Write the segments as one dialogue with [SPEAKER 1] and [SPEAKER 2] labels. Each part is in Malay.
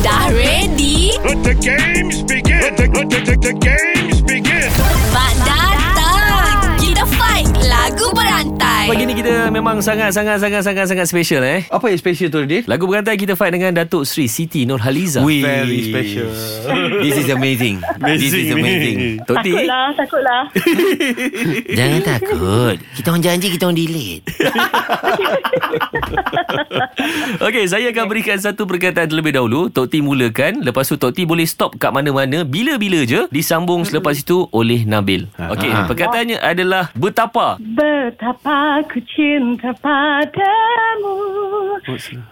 [SPEAKER 1] Dah ready?
[SPEAKER 2] Let the games begin. Let the, let the, the, the games begin.
[SPEAKER 1] Mak datang! Kita fight lagu berantai.
[SPEAKER 3] Pagi ni kita memang sangat-sangat-sangat-sangat-sangat special eh.
[SPEAKER 4] Apa yang special tu Dave?
[SPEAKER 3] Lagu berantai kita fight dengan Datuk Sri Siti Nurhaliza.
[SPEAKER 4] Very special
[SPEAKER 5] This is amazing. This is amazing.
[SPEAKER 3] Tok T.
[SPEAKER 6] Takutlah, takutlah.
[SPEAKER 5] Jangan takut. Kita orang janji kita orang delete.
[SPEAKER 3] Okey, saya akan berikan satu perkataan terlebih dahulu. Tok T mulakan, lepas tu Tok T boleh stop kat mana-mana bila-bila je, disambung selepas itu oleh Nabil.
[SPEAKER 5] Ha,
[SPEAKER 3] Okey, perkataannya adalah betapa.
[SPEAKER 6] Betapa ku cinta padamu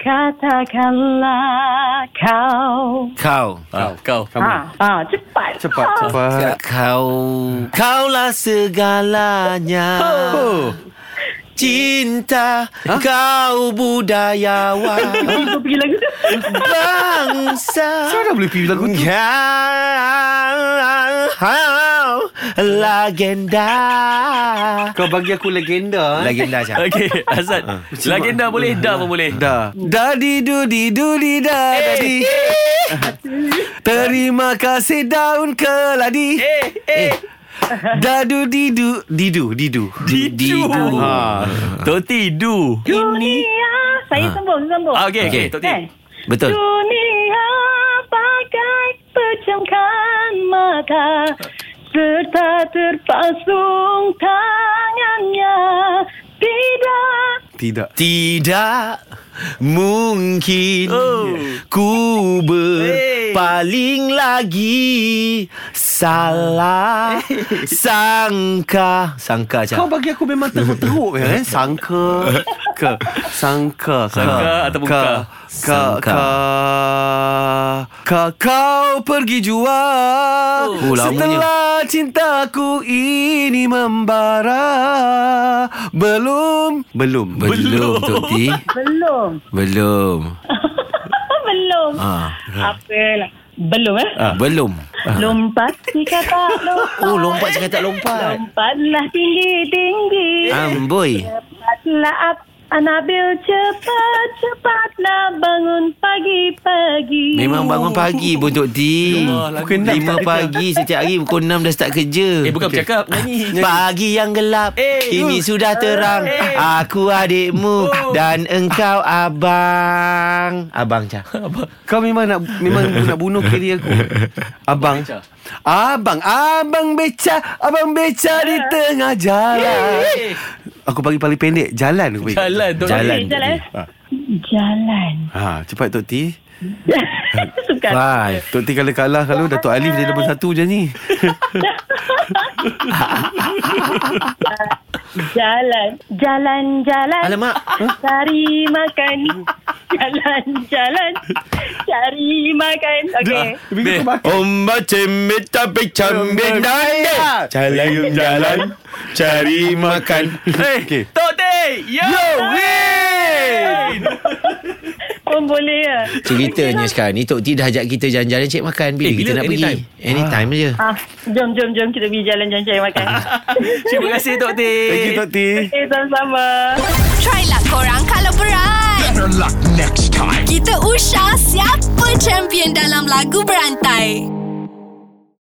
[SPEAKER 6] Katakanlah kau
[SPEAKER 5] Kau.
[SPEAKER 3] Ah, kau.
[SPEAKER 6] Ha, ha, cepat
[SPEAKER 4] Cepat
[SPEAKER 6] Ha.
[SPEAKER 4] Cepat
[SPEAKER 5] Kau. Kaulah segalanya.
[SPEAKER 4] Oh.
[SPEAKER 5] Cinta kau budayawan
[SPEAKER 6] Tiba-tiba pergi lagu tu
[SPEAKER 5] bangsa. Ya,
[SPEAKER 4] Kau dah boleh pilih lagu tu
[SPEAKER 5] Kau legenda.
[SPEAKER 4] Kau bagi aku legenda eh?
[SPEAKER 5] Legenda siapa?
[SPEAKER 3] Okey, Azad.
[SPEAKER 5] Ah.
[SPEAKER 3] Legenda boleh, dah pun boleh.
[SPEAKER 4] Dah
[SPEAKER 5] Dadi dudi dudi
[SPEAKER 3] Eh,
[SPEAKER 5] da dadi. Terima kasih daun keladi.
[SPEAKER 3] Eh, eh.
[SPEAKER 5] Dadu didu didu didu. Ha.
[SPEAKER 3] Didu. Tok T, du.
[SPEAKER 6] Dunia Saya sambung, sambung
[SPEAKER 3] Ah, Okey, okey, Tok T.
[SPEAKER 6] Eh.
[SPEAKER 5] Betul.
[SPEAKER 6] Dunia bagai pejamkan mata Serta terpasung tangannya Tidak
[SPEAKER 4] Tidak
[SPEAKER 5] Tidak mungkin
[SPEAKER 3] Oh.
[SPEAKER 5] ku
[SPEAKER 3] Hey.
[SPEAKER 5] berpaling lagi salah sangka sangka je.
[SPEAKER 4] Kau bagi aku memang teruk-teruk ya, eh? Sangka ke Sangka ka,
[SPEAKER 3] Sangka ataupun
[SPEAKER 4] ka,
[SPEAKER 3] ka?
[SPEAKER 4] Ka,
[SPEAKER 5] Sangka.
[SPEAKER 4] ka, ka, kau pergi jua
[SPEAKER 5] Oh, lamanya.
[SPEAKER 4] Setelah cintaku ini membara Belum Belum
[SPEAKER 5] Belum Tok T.
[SPEAKER 6] Belum
[SPEAKER 5] Belum.
[SPEAKER 6] Belum
[SPEAKER 5] Ah.
[SPEAKER 6] Apalah Belum eh
[SPEAKER 5] Ah. Belum.
[SPEAKER 6] Lompat si kata lompat
[SPEAKER 5] Oh lompat cakap tak lompat.
[SPEAKER 6] Lompatlah tinggi-tinggi
[SPEAKER 5] Ah. Amboi.
[SPEAKER 6] Cepatlah up Anabil cepat Cepatlah bangun pagi-pagi
[SPEAKER 5] Memang bangun pagi pun Tok T.
[SPEAKER 4] Pukul enam
[SPEAKER 5] 5
[SPEAKER 4] start
[SPEAKER 5] pagi setiap hari pukul 6 dah start kerja.
[SPEAKER 3] Eh, bukan bercakap, nyanyi.
[SPEAKER 5] Pagi yang gelap
[SPEAKER 3] Eh.
[SPEAKER 5] Kini sudah terang Aku adikmu
[SPEAKER 3] Oh.
[SPEAKER 5] Dan engkau abang Abang Cah
[SPEAKER 4] Kau memang nak memang nak bunuh kiri aku. Abang. Abang, abang beca, abang beca
[SPEAKER 3] Eh.
[SPEAKER 4] di tengah jalan. Aku bagi paling pendek, jalan aku bagi.
[SPEAKER 3] Jalan, Tok T.
[SPEAKER 5] Jalan.
[SPEAKER 6] Okey, Jalan eh?
[SPEAKER 5] Ah.
[SPEAKER 6] Jalan
[SPEAKER 4] Ha, cepat Tok T.
[SPEAKER 6] Suka
[SPEAKER 5] Five
[SPEAKER 4] Tok T kalau kalah kalau Datuk Alif dia nombor satu je ni.
[SPEAKER 6] Jalan Jalan-jalan
[SPEAKER 5] Alamak.
[SPEAKER 6] Cari makan Jalan-jalan Cari makan Okay
[SPEAKER 4] Bikin aku bakar.
[SPEAKER 5] Omba cemit tapi cemit naya Jalan jalan Cari makan
[SPEAKER 3] Eh, Tok T. Yo.
[SPEAKER 6] Pun boleh ya
[SPEAKER 5] Ceritanya sekarang ni Tok T dah ajak kita jalan-jalan Cik makan Bila,
[SPEAKER 3] Eh,
[SPEAKER 5] eh,
[SPEAKER 3] bila?
[SPEAKER 5] kita nak
[SPEAKER 3] Anytime?
[SPEAKER 5] pergi Anytime je
[SPEAKER 6] ah, Jom jom jom Kita pergi jalan-jalan cari makan
[SPEAKER 5] Ah.
[SPEAKER 3] Terima kasih, Tok T.
[SPEAKER 4] Thank you Tok T.
[SPEAKER 6] Okay sama-sama
[SPEAKER 1] Try lah korang kalau berat.
[SPEAKER 2] Better luck next time.
[SPEAKER 1] Kita usah siapa champion dalam lagu berantai.